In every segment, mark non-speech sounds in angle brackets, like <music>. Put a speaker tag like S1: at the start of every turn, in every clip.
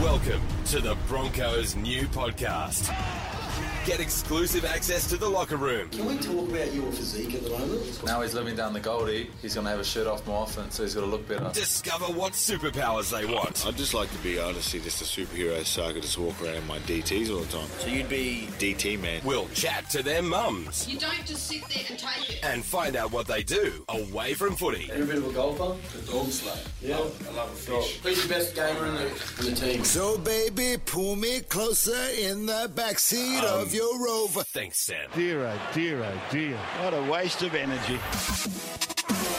S1: Welcome to the Broncos' new podcast. Get exclusive access to the locker room,
S2: Can we talk about your physique at the moment?
S3: Now he's living down the Goldie. He's going to have a shirt off more often, so he's going to look better.
S1: discover what superpowers they want,
S4: I'd just like to be honestly just a superhero so I could just walk around in my DTs all the time. So you'd be DT man.
S1: we'll chat to their mums,
S5: You don't just sit there and take it.
S1: and find out what they do away from footy.
S2: You're a bit of a golfer.
S6: Dog slay.
S2: Yeah.
S6: I love a fish.
S2: Who's the best gamer in the, in the team?
S7: So, baby, pull me closer in the backseat of your rover.
S1: Um, Thanks, Sam.
S8: Dear, oh dear, oh dear. What a waste of energy.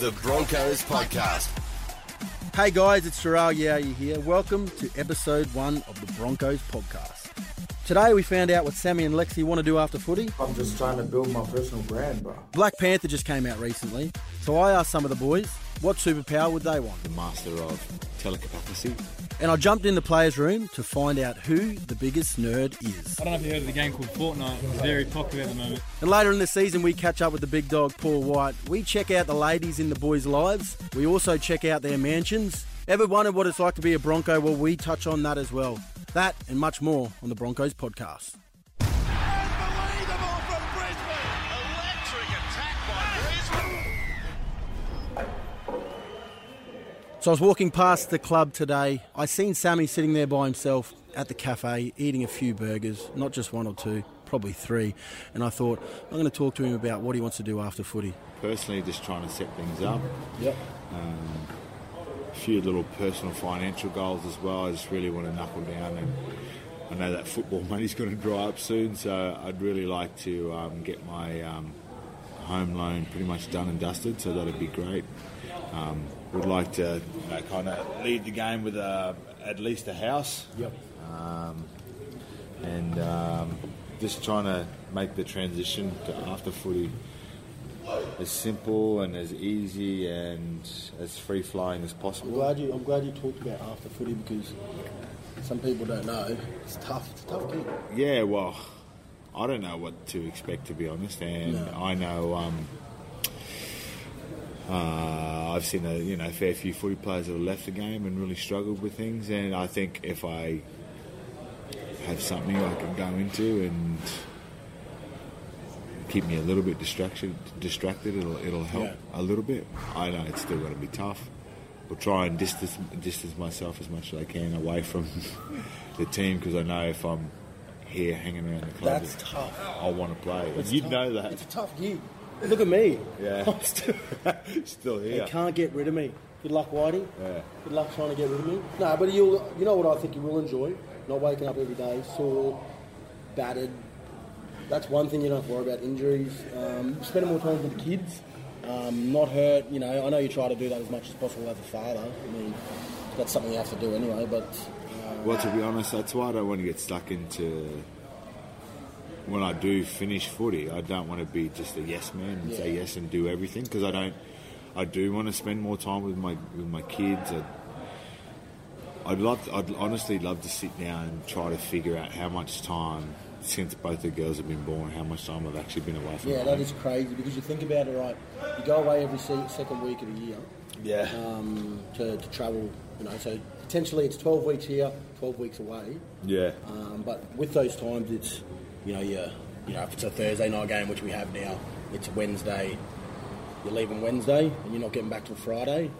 S1: The Broncos podcast.
S9: Hey guys, it's Gerard Yowie here. Welcome to episode one of the Broncos podcast. Today we found out what Sammy and Lexi want to do after footy.
S10: I'm just trying to build my personal brand, bro.
S9: Black Panther just came out recently, so I asked some of the boys what superpower would they want.
S4: The master of telepathy.
S9: And I jumped in the players' room to find out who the biggest nerd is.
S6: I don't know if you heard of the game called Fortnite. It's very popular at the moment.
S9: And later in the season we catch up with the big dog Paul White. We check out the ladies in the boys' lives. We also check out their mansions. Ever wondered what it's like to be a Bronco? Well, we touch on that as well. That and much more on the Broncos podcast.
S11: Unbelievable from Brisbane. Electric attack by Brisbane.
S9: So I was walking past the club today. I seen Sammy sitting there by himself at the cafe eating a few burgers, not just one or two, probably three. And I thought I'm going to talk to him about what he wants to do after footy.
S4: Personally, just trying to set things up. Yep. Um, a few little personal financial goals as well. I just really want to knuckle down and I know that football <laughs> money's going to dry up soon, so I'd really like to um, get my um, home loan pretty much done and dusted. So that'd be great. Um, would like to you know, kind of lead the game with a, at least a house. Yep. Um, and um, just trying to make the transition to after footy as simple and as easy and as free flying as possible.
S9: you. I'm glad you talked about after footy because some people don't know. It's tough. It's a tough gig.
S4: Yeah, well, I don't know what to expect to be honest, and I know um, uh, I've seen a you know fair few footy players that have left the game and really struggled with things, and I think if I have something I can go into and keep me a little bit distracted, distracted, it'll it'll help a little bit. I know it's still going to be tough. I'll try and distance distance myself as much as I can away from <laughs> the team because I know if I'm here hanging around the club,
S9: That's tough.
S4: I want to play. you know that.
S9: It's a tough gig. Look at me.
S4: Yeah.
S9: I'm still,
S4: <laughs> Still
S9: They
S4: here.
S9: can't get rid of me. Good luck, Whitey.
S4: Yeah.
S9: Good luck trying to get rid of me. No, but you'll, you know what I think you will enjoy? Not waking up every day sore, battered. That's one thing you don't have to worry about injuries. Um, spending more time with the kids, um, not hurt. You know, I know you try to do that as much as possible as a father. I mean, that's something you have to do anyway. But
S4: Well, to be honest, that's why I don't want to get stuck into. When I do finish footy, I don't want to be just a yes man and say yes and do everything because I don't. I do want to spend more time with my with my kids. I, I'd love. I'd honestly love to sit down and try to figure out how much time since both the girls have been born, how much time I've actually been away from.
S9: yeah,
S4: home.
S9: that is crazy because you think about it, right? You go away every se- second week of the year.
S4: Yeah.
S9: um, to, to travel. You know, so potentially it's 12 weeks here, 12 weeks away.
S4: yeah.
S9: Um, but with those times, it's you know, yeah, you know, if it's a Thursday night game, which we have now, it's Wednesday. You're leaving Wednesday, and you're not getting back till Friday.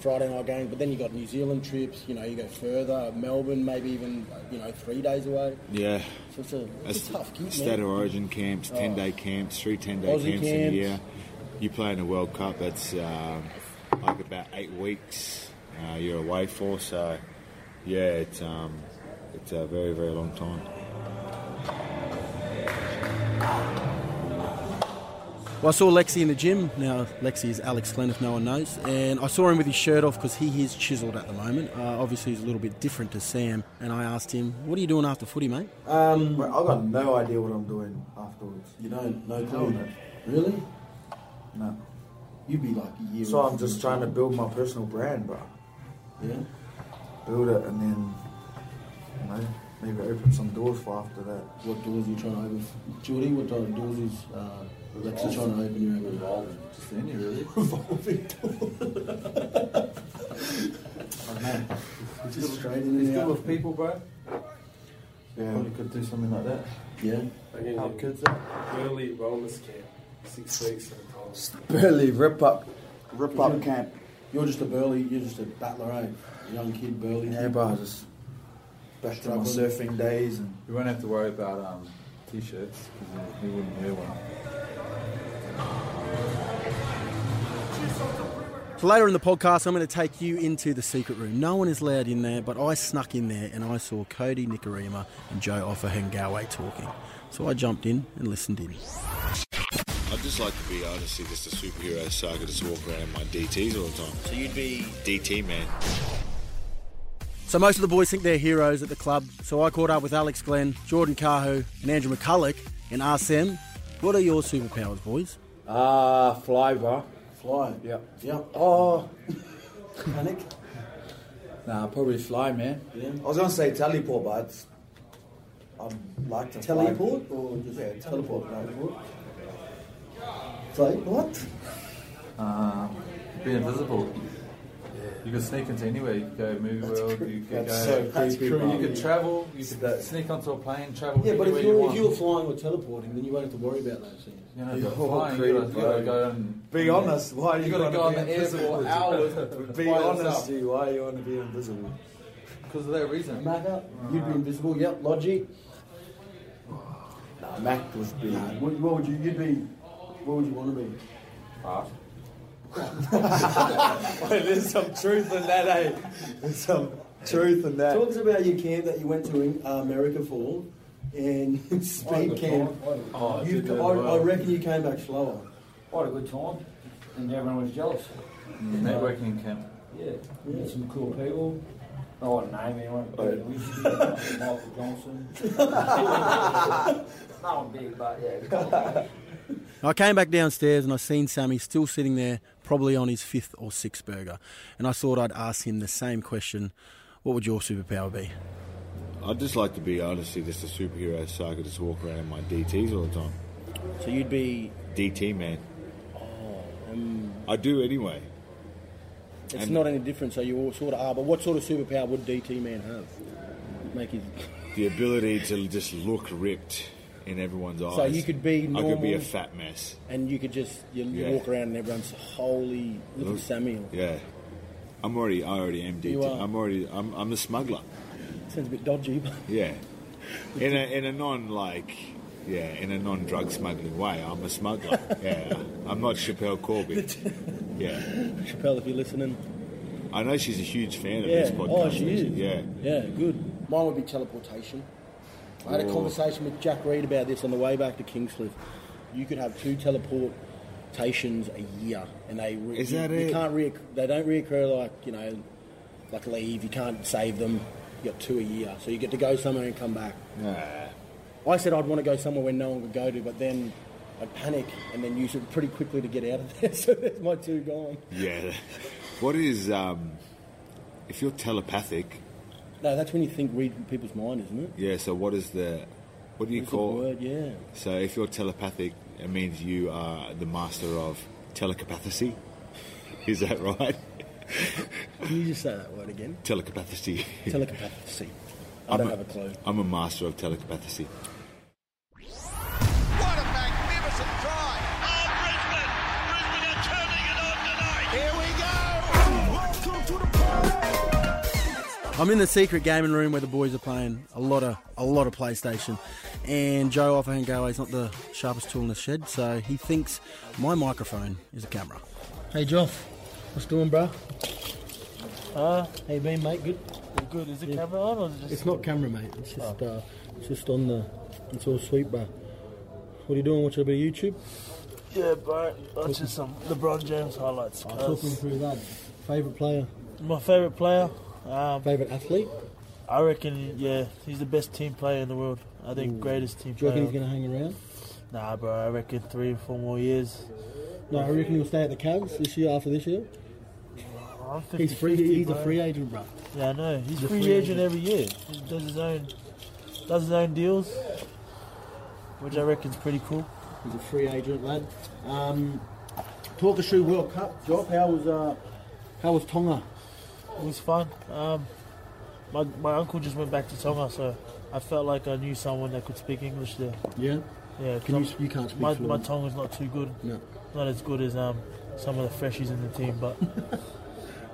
S9: Friday night game, but then you got New Zealand trips. You know, you go further, Melbourne, maybe even you know three days away.
S4: yeah.
S9: So it's a,
S4: A
S9: it's a tough gig,
S4: State
S9: man.
S4: of origin camps, 10 day camps, three 10 day camps,
S9: Aussie
S4: in a
S9: camps.
S4: year. You play in the World Cup, that's um, like about eight weeks uh, you're away for. So, yeah, it's, um, it's a very, very long time.
S9: Well, I saw Lexi in the gym. Now, Lexi is Alex Glenn, if no one knows. And I saw him with his shirt off because he is chiselled at the moment. Uh, obviously, he's a little bit different to Sam. And I asked him, What are you doing after footy, mate?
S10: Um, I've got no idea what I'm doing afterwards.
S2: You don't? No clue?
S10: No.
S2: Really?
S10: No.
S2: You'd be like a year
S10: So
S2: off.
S10: I'm just trying to build my personal brand, bro.
S2: Yeah.
S10: Build it and then, you know, maybe open some doors for after that.
S2: What doors are you trying to open? Judy, what type of doors is uh, Alexa trying to open? You reckon? Revolving. Just any really. Revolving door. I know. Just straight in and out.
S10: people, bro? Yeah. Probably could do something like that.
S2: Yeah.
S10: Help kids
S12: out. Burley Wellness Camp. Six weeks in a
S2: Burley rip up,
S10: rip up
S2: camp. You're just a burly. You're just a battler, eh? Young kid, burly.
S10: Yeah, bro, I just back to my
S2: Struggling.
S10: surfing days and
S3: We won't have to worry about um, t-shirts because he wouldn't wear one.
S9: So later in the podcast, I'm going to take you into the secret room. No one is allowed in there, but I snuck in there and I saw Cody Nicarima and Joe Offahengawe talking. So I jumped in and listened in.
S4: I'd just like to be honestly just a superhero so I could just walk around in my DTs all the time. So you'd be DT man.
S9: So most of the boys think they're heroes at the club. So I caught up with Alex Glenn, Jordan Cahu, and Andrew McCulloch and asked them, "What are your superpowers, boys?"
S12: Ah, uh, flavour.
S2: Fly.
S12: Yep.
S2: Yep.
S12: Oh.
S2: Panic.
S12: Nah, probably fly, man.
S2: Yeah.
S10: I was gonna say teleport, but it's, I'd like to fly.
S2: Teleport or just yeah, teleport. Teleport. It's like what?
S3: Um, be invisible. You could sneak into anywhere. You could go movie world. You could go.
S10: that's so That's creepy,
S3: You
S10: creepy,
S3: could
S10: yeah.
S3: travel. You could uh, sneak onto a plane. Travel.
S2: Yeah, but
S3: anywhere
S2: if
S3: you
S2: you're,
S3: want.
S2: if you're flying or teleporting, then you won't have to worry about those things.
S3: You know, You're but all flying, you gotta- creative, you gotta bro. go and-
S10: Be honest, why are you
S3: You gotta
S10: wanna
S3: go on
S10: be
S3: the air for
S10: invisible?
S3: hours
S10: be
S3: by
S10: honest,
S3: yourself.
S10: you, why you want to be invisible?
S3: Because of that reason.
S2: Mac up. You'd be invisible. Yep. Logic.
S10: Nah, Mac was big.
S2: Nah, what, what would you? You'd be. What would you want to be?
S10: Wait, there's some truth in that, eh? There's some truth in that.
S2: Talk us about your camp that you went to in uh, America for, and <laughs> speed
S13: good
S2: camp.
S13: time. Oh, I
S2: you,
S13: did that
S2: I, I
S13: well.
S2: reckon you came back slower.
S13: I had a good time, and everyone was jealous.
S3: Networking camp.
S13: Yeah, met some cool people. I won't name anyone, but we used to be like Michael
S9: <laughs>
S13: Johnson. That one big, but yeah. it was cool, man.
S9: I came back downstairs and I seen Sammy still sitting there, probably on his fifth or sixth burger, and I thought I'd ask him the same question: "What would your superpower be?"
S4: I'd just like to be honestly just a superhero so I could just walk around in my DTs all the time.
S9: So you'd be
S4: DT man.
S9: Oh,
S4: I do anyway.
S9: It's
S4: And-
S9: not any different, so you all sort of are. But what sort of superpower would DT man have? Make his
S4: The ability to just look ripped in everyone's eyes.
S9: So you could be
S4: I could be a
S9: normal.
S4: fat mess.
S9: and you could just you, you
S4: Yeah.
S9: walk around and everyone's holy look at Sammy.
S4: Yeah. I'm already I already am DT.
S9: You are.
S4: I'm already I'm I'm a smuggler.
S9: Sounds a bit dodgy, <laughs> but
S4: Yeah. In a in a non like yeah, in a non drug smuggling way, I'm a
S9: <laughs>
S4: smuggler. yeah. I'm not Chappelle Corby. Yeah.
S9: Chappelle, if you're listening,
S4: I know she's a huge fan of
S9: Yeah.
S4: this podcast.
S9: Oh, she
S4: actually. Yeah.
S9: is. yeah, good. Mine would be teleportation. I had a
S4: Oh.
S9: conversation with Jack Reed about this on the way back to Kingscliff. You could have two teleportations a year, and they re-
S4: Is
S9: you,
S4: that
S9: you
S4: it?
S9: can't reoc they don't reoccur like you know, like leave. You can't save them. You got two a year, so you get to go somewhere and come back.
S4: Nah.
S9: I said I'd want to go somewhere where no one would go to, but then I'd panic and then use it pretty quickly to get out of <laughs> there. So there's my two gone.
S4: Yeah. What is um if you're telepathic,
S9: No, that's when you think read people's mind, isn't it?
S4: yeah, so what is the what do you
S9: What's the
S4: call
S9: word? Yeah.
S4: So if you're telepathic, it means you are the master of telecapathy. <laughs> Is that right?
S9: Can you just say that word again?
S4: Telecapathy.
S9: Telepathy. I don't have a clue.
S4: I'm a master of telecapathy.
S11: Magnificent try. Oh, Brisbane. Brisbane are turning it on tonight. Here we go.
S9: I'm in the secret gaming room where the boys are playing a lot of a lot of PlayStation, and Joe Offahengawe is not the sharpest tool in the shed, so he thinks my microphone is a camera. Hey Joff, what's doing, bro? Uh, how you been, mate? Good.
S14: Good. Is the camera on or is it just? Oh.
S9: It's not camera, mate. It's just uh, it's just on the. It's all sweet, bro. What are you doing? Watching a bit of YouTube?
S14: Yeah, bro. That's just some LeBron James highlights.
S9: I'm talking through that. Favorite player?
S14: My favorite player. Um,
S9: favorite athlete?
S14: I reckon. Yeah, he's the best team player in the world. I think greatest team.
S9: Do you reckon he's
S14: player.
S9: gonna hang around?
S14: Nah, bro. I reckon three or four more years.
S9: No, I reckon he'll stay at the Cavs this year after this year.
S14: I'm
S9: He's
S14: 50-50,
S9: free. He's
S14: bro.
S9: a free agent, bro.
S14: Yeah, I know. He's,
S9: He's a
S14: free,
S9: free agent.
S14: agent every year. He does his own, does his own deals, which I reckon's pretty cool.
S9: He's a free agent, lad. Um, talk us through World Cup, Joff. How was uh, how was Tonga?
S14: It was fun. Um, my, my uncle just went back to Tonga, so I felt like I knew someone that could speak English there.
S9: Yeah?
S14: Yeah. 'cause
S9: Can you
S14: I'm-
S9: s- you can't speak
S14: My, my
S9: fluent.
S14: tongue is not too good.
S9: No.
S14: Not as good as um some of the freshies in the team,
S9: <laughs>
S14: but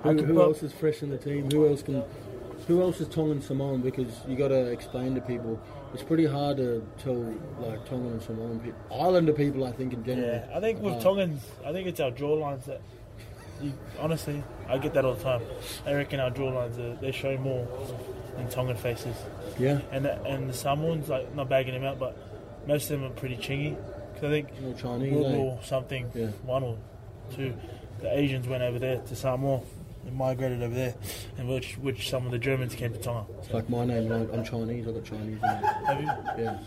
S14: I
S9: Who,
S14: could
S9: who
S14: prob-
S9: else is fresh in the team? Who else can? Who else is Tongan Samoan? Because you got to explain to people. It's pretty hard to tell like Tongan and Samoan people, Islander people. I think in general. Uh,
S14: Yeah, I think with
S9: apart.
S14: Tongans, I think it's our draw lines that. You, honestly, I get that all the time. I reckon our draw lines are, they show more than Tongan faces.
S9: Yeah.
S14: and that, and the Samoans like not bagging him out, but most of them are pretty chingy. 'Cause I think
S9: Or Chinese,
S14: World
S9: eh?
S14: War something
S9: Yeah.
S14: one or two, the Asians went over there to Samoa and migrated over there, and which which some of the Germans came to Tonga.
S9: It's like my name. I'm I'm Chinese. I got Chinese. In it.
S14: Have you?
S9: Yeah.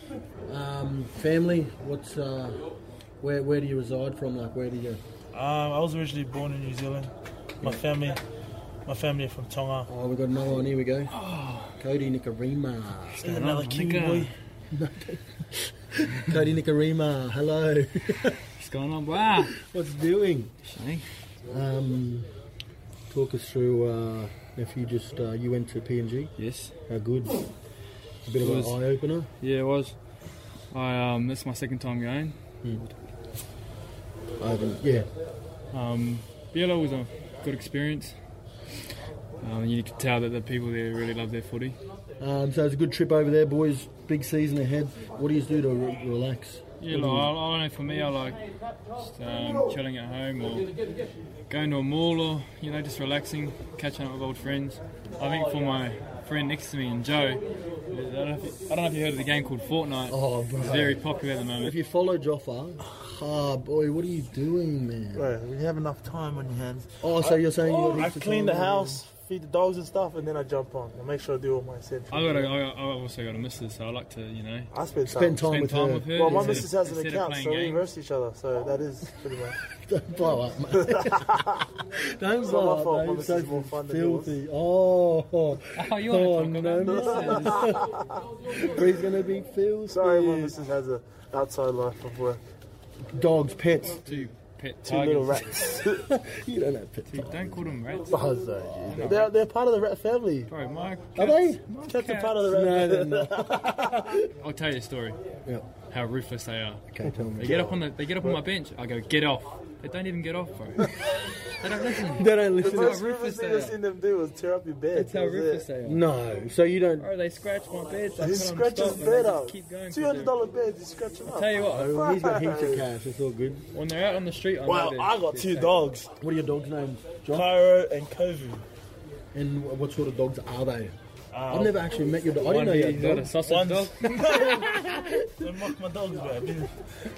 S9: Um, family. What's uh, where where do you reside from? Like where do you?
S14: Um, I was originally born in New Zealand. My
S9: Yeah.
S14: family, my family are from Tonga.
S9: Oh, we got another one. Here we go.
S6: Oh.
S9: Cody Nikarima.
S14: There's another Kiwi boy.
S9: Cody Nikarima. Hello.
S6: <laughs>
S9: What's
S6: going on? Wow.
S9: What's doing? Um, talk us through. Uh, if you just uh, you went to PNG.
S6: Yes.
S9: How good? A bit of
S6: It was-
S9: an eye opener.
S6: Yeah, it was. I um, this is my second time going.
S9: Hmm. I haven't. Yeah.
S6: Um, yeah, that was a good experience. Um, you could tell that the people there really love their footy.
S9: Um, so it's a good trip over there, boys. Big season ahead. What do you do to re- relax?
S6: Yeah,
S9: What
S6: like,
S9: do
S6: I,
S9: you-
S6: I don't know. For me, I like just um, chilling at home or going to a mall or you know just relaxing, catching up with old friends. I think for my friend next to me and Joe, I don't know if, I don't know if you heard of the game called Fortnite.
S9: Oh, bro.
S6: it's very popular at the
S9: If
S6: moment.
S9: you follow Joffa, ah, boy, what are you doing, man?
S14: Bro, we have enough time on your hands.
S9: Oh, so you're saying you
S14: I
S9: got
S14: clean the
S9: time on
S14: house, feed the dogs and stuff, and then I jump on and make sure I do all my essentials.
S6: I got, a, I got, I also got a missus, so I like to, you know,
S14: I spend
S9: Spend time time with her.
S6: with her.
S14: Well, my
S6: instead of-
S14: missus has an
S6: instead of
S14: account,
S6: playing
S14: so we
S6: games. Oh.
S14: roast each other. So that is pretty
S6: <laughs>
S14: much.
S9: <laughs> Don't blow up,
S14: <laughs>
S9: mate. Don't
S14: It's not
S9: blow
S14: my
S9: up, mate.
S14: fault, my
S9: It's so
S14: missus more fun than yours.
S9: filthy. Oh, oh,
S6: you're
S9: oh
S14: <laughs>
S9: no, missus. Bree's gonna be filthy.
S14: Sorry, my missus has an outside life of work.
S9: Dogs, pets.
S6: Two pet
S14: Two little
S6: tigers.
S14: rats.
S9: You don't have pets.
S6: Dude, don't call them rats.
S9: Oh, sorry, dude.
S6: I know,
S14: They're, they're part of the rat family.
S6: Bro, my
S14: Are
S9: they?
S6: My
S14: Cats are
S6: cat-
S14: part of the rat
S9: No, they're
S14: family.
S9: not.
S6: I'll tell you a story.
S9: Yeah.
S6: How ruthless they are.
S9: Okay, tell me.
S6: They get up on the, they get up on my bench. I go, get off. They don't even get off,
S14: <laughs>
S6: bro. they don't listen.
S9: They don't listen.
S14: The
S6: That's
S14: most
S6: how ruthless
S14: ruthless thing
S6: they
S14: I've
S6: are.
S14: seen them do is tear up your bed.
S6: That's how
S14: That was it.
S6: ruthless they are.
S9: No, so you don't.
S6: Bro, they scratch my bed. I
S14: He
S6: put on
S14: scratches
S6: stop, and
S14: bed
S6: they just
S14: up.
S6: Keep going. 'cause
S14: $200
S6: they're-
S14: beds, you scratch them up.
S6: Tell you what,
S9: Oh, he's got heaps
S14: <laughs>
S9: of cash. It's all good.
S6: when they're out on the street, I know
S14: Well,
S6: they're-
S14: I got
S6: they're
S14: two
S6: safe.
S14: dogs,
S9: What are your dogs' names? John?
S14: Cairo and Kovu.
S9: And wh- what sort of dogs are they? I've never actually met your dog. I
S6: Uh, One
S9: didn't know you
S6: he's
S9: had
S6: got a
S9: dogs.
S6: sausage
S14: <laughs>
S6: dog.
S14: Don't mock my dogs, bro. Dude.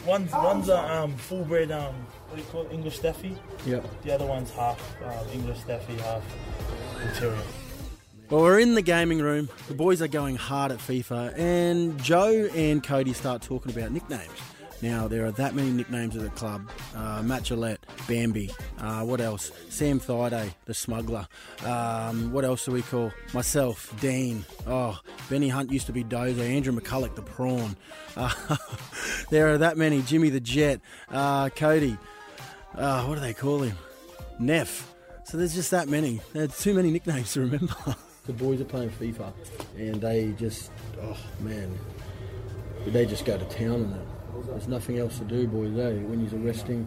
S14: One's one's a um, full bred um, what do you call it, English Staffy.
S9: Yep.
S14: The other one's half um, English Staffy, half Interior.
S9: Well, we're in the gaming room. The boys are going hard at FIFA, and Joe and Cody start talking about nicknames. Now, there are that many nicknames at the club. Uh, Matt Gillette, Bambi, uh, what else? Sam Thaiday, the smuggler. Um, what else do we call? Myself, Dean. Oh, Benny Hunt used to be Dozer. Andrew McCulloch, the prawn. Uh, <laughs> there are that many. Jimmy the Jet, uh, Cody. Uh, what do they call him? Neff. So there's just that many. There's too many nicknames to remember. <laughs> The boys are playing FIFA, and they just, oh man, they just go to town on it. There's nothing else to do, boys. Eh? When he's arresting,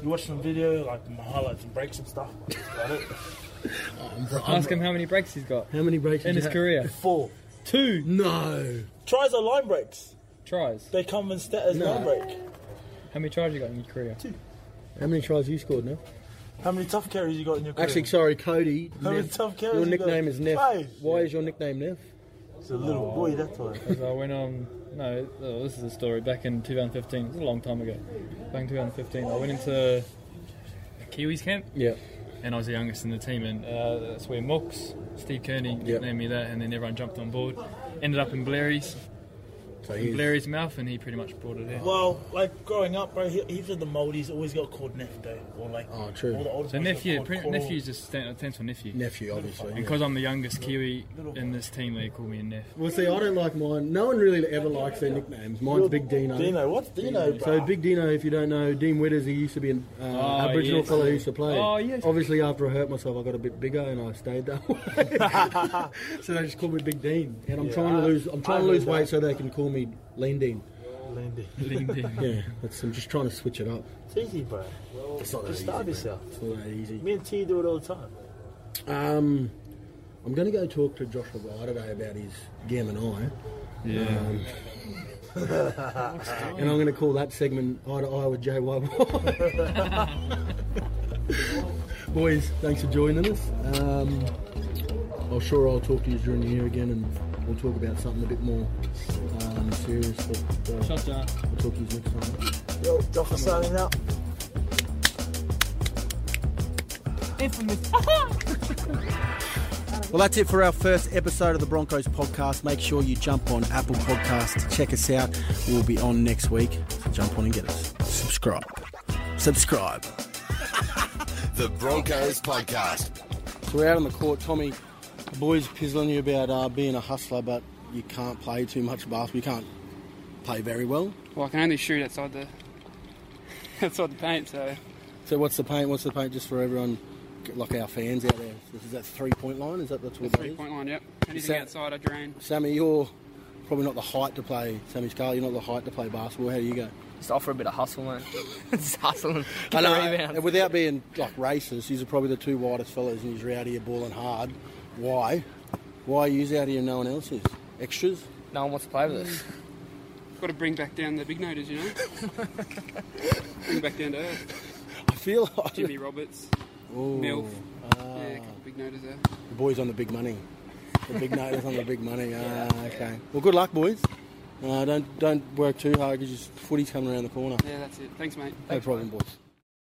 S14: You watch some video, like my highlights and breaks and stuff. That's about it.
S6: Ask him how many breaks he's got
S9: how many breaks?
S6: in his
S9: did you have?
S6: career.
S14: Four.
S6: Two
S9: No,
S14: Tries are line breaks.
S6: tries.
S14: They come in stat as
S9: No.
S14: line break.
S6: How many tries you got in your career?
S9: how many tries you scored now?
S14: How many tough carries you got in your career?
S9: Actually, sorry, Cody.
S14: How many
S9: Neff.
S14: tough carries
S9: your
S14: you got?
S9: nickname is Neff.
S14: Five.
S9: Why is your nickname Neff?
S14: it's a little boy, that's why.
S6: Because Oh. I went on. No, oh, this is a story. Back in 2015, it's a long time ago. Back in 2015, I went into Kiwis camp,
S9: Yeah.
S6: and I was the youngest in the team, and uh, that's where Mox, Steve Kearney
S9: Yep.
S6: named me that, and then everyone jumped on board. Ended up in Blary's.
S15: So in Blair's mouth, and he pretty much brought it out.
S14: Well, like growing up, bro, he, he's of the Maldives always got called Nefto or like.
S15: Oh,
S14: true. all the old
S15: so
S14: guys got
S15: nephew,
S14: called
S15: pre-
S14: Coral.
S15: nephew just stand, stands for nephew.
S9: Nephew, obviously,
S15: And
S9: yeah.
S15: because I'm the youngest Kiwi in this team, they call me a nephew.
S9: Well, see, I don't like mine. No one really ever likes their nicknames. Mine's Big Dino.
S14: Dino, what's Dino,
S9: So
S14: bruh?
S9: Big Dino, if you don't know, Dean Witters, he used to be an uh,
S14: Oh,
S9: Aboriginal
S14: yes.
S9: fellow who used to play.
S14: Oh, yes.
S9: Obviously, after I hurt myself, I got a bit bigger and I stayed that <laughs> way.
S14: <laughs>
S9: so they just call me Big Dean, and I'm
S14: Yeah,
S9: trying to
S14: I-
S9: lose. I'm
S14: I
S9: trying to
S14: heard
S9: lose weight
S14: that.
S9: so they can call me Lean
S14: <laughs>
S9: Dean.
S14: Lean Dean.
S15: Lean Dean.
S9: yeah, that's, I'm just trying to switch it up.
S14: It's easy, bro.
S9: It's not that
S14: Just
S9: easy,
S14: starve
S9: mate.
S14: yourself.
S9: It's not that easy.
S14: Me and T do it all the time.
S9: Um, I'm going to go talk to Joshua Guy today about his gam and eye.
S15: Yeah.
S9: Um, <laughs> and I'm going to call that segment Eye to Eye with Jay White. <laughs> Boys, thanks for joining us. Um, I'm sure I'll talk to you during the year again and we'll talk about something a bit more um, serious. But, uh,
S15: Shut up.
S9: I'll talk to you next time.
S14: Yo, Josh, signing out.
S16: Infamous.
S17: Well, that's it for our first episode of the Broncos podcast. Make sure you jump on Apple Podcasts to check us out. We'll be on next week. So jump on and get us. Subscribe. Subscribe.
S1: The Broncos Podcast.
S9: So we're out on the court. Tommy, the boys pizzling you about uh, being a hustler, but you can't play too much basketball. You can't play very well.
S18: Well, I can only shoot outside the outside the <laughs> paint, so
S9: So what's the paint? What's the paint just for everyone, like our fans out there? This is that three point line. Is that that's
S18: the
S9: what
S18: three
S9: that
S18: point line. Yep.
S9: Is
S18: Anything
S9: that-
S18: outside, I drain.
S9: is? Sammy, you're probably not the height to play. Sammy Scarlett, you're not the height to play basketball. How do you go?
S19: Just offer a bit of hustle, man. <laughs> Just hustling.
S9: I
S19: Get
S9: know,
S19: the rebound.
S9: and without being like racist, these are probably the two widest fellas, and he's out here balling hard. Why? Why are you out here and no one else is? Extras?
S19: No one wants to play with us.
S18: Got to bring back down the big noters,
S14: <laughs>
S18: you know. bring back down to earth.
S9: I feel <laughs> like
S18: Jimmy Roberts,
S9: Ooh.
S18: Milf.
S9: Ah.
S18: Yeah, a couple big noters there.
S9: The boys on the big money.
S19: <laughs>
S9: The big notice on the big money. Ah, okay. Well, good luck, boys. Uh, don't don't work too hard because footy's coming around the corner.
S18: Yeah, that's it. Thanks, mate.
S9: No problem, boys.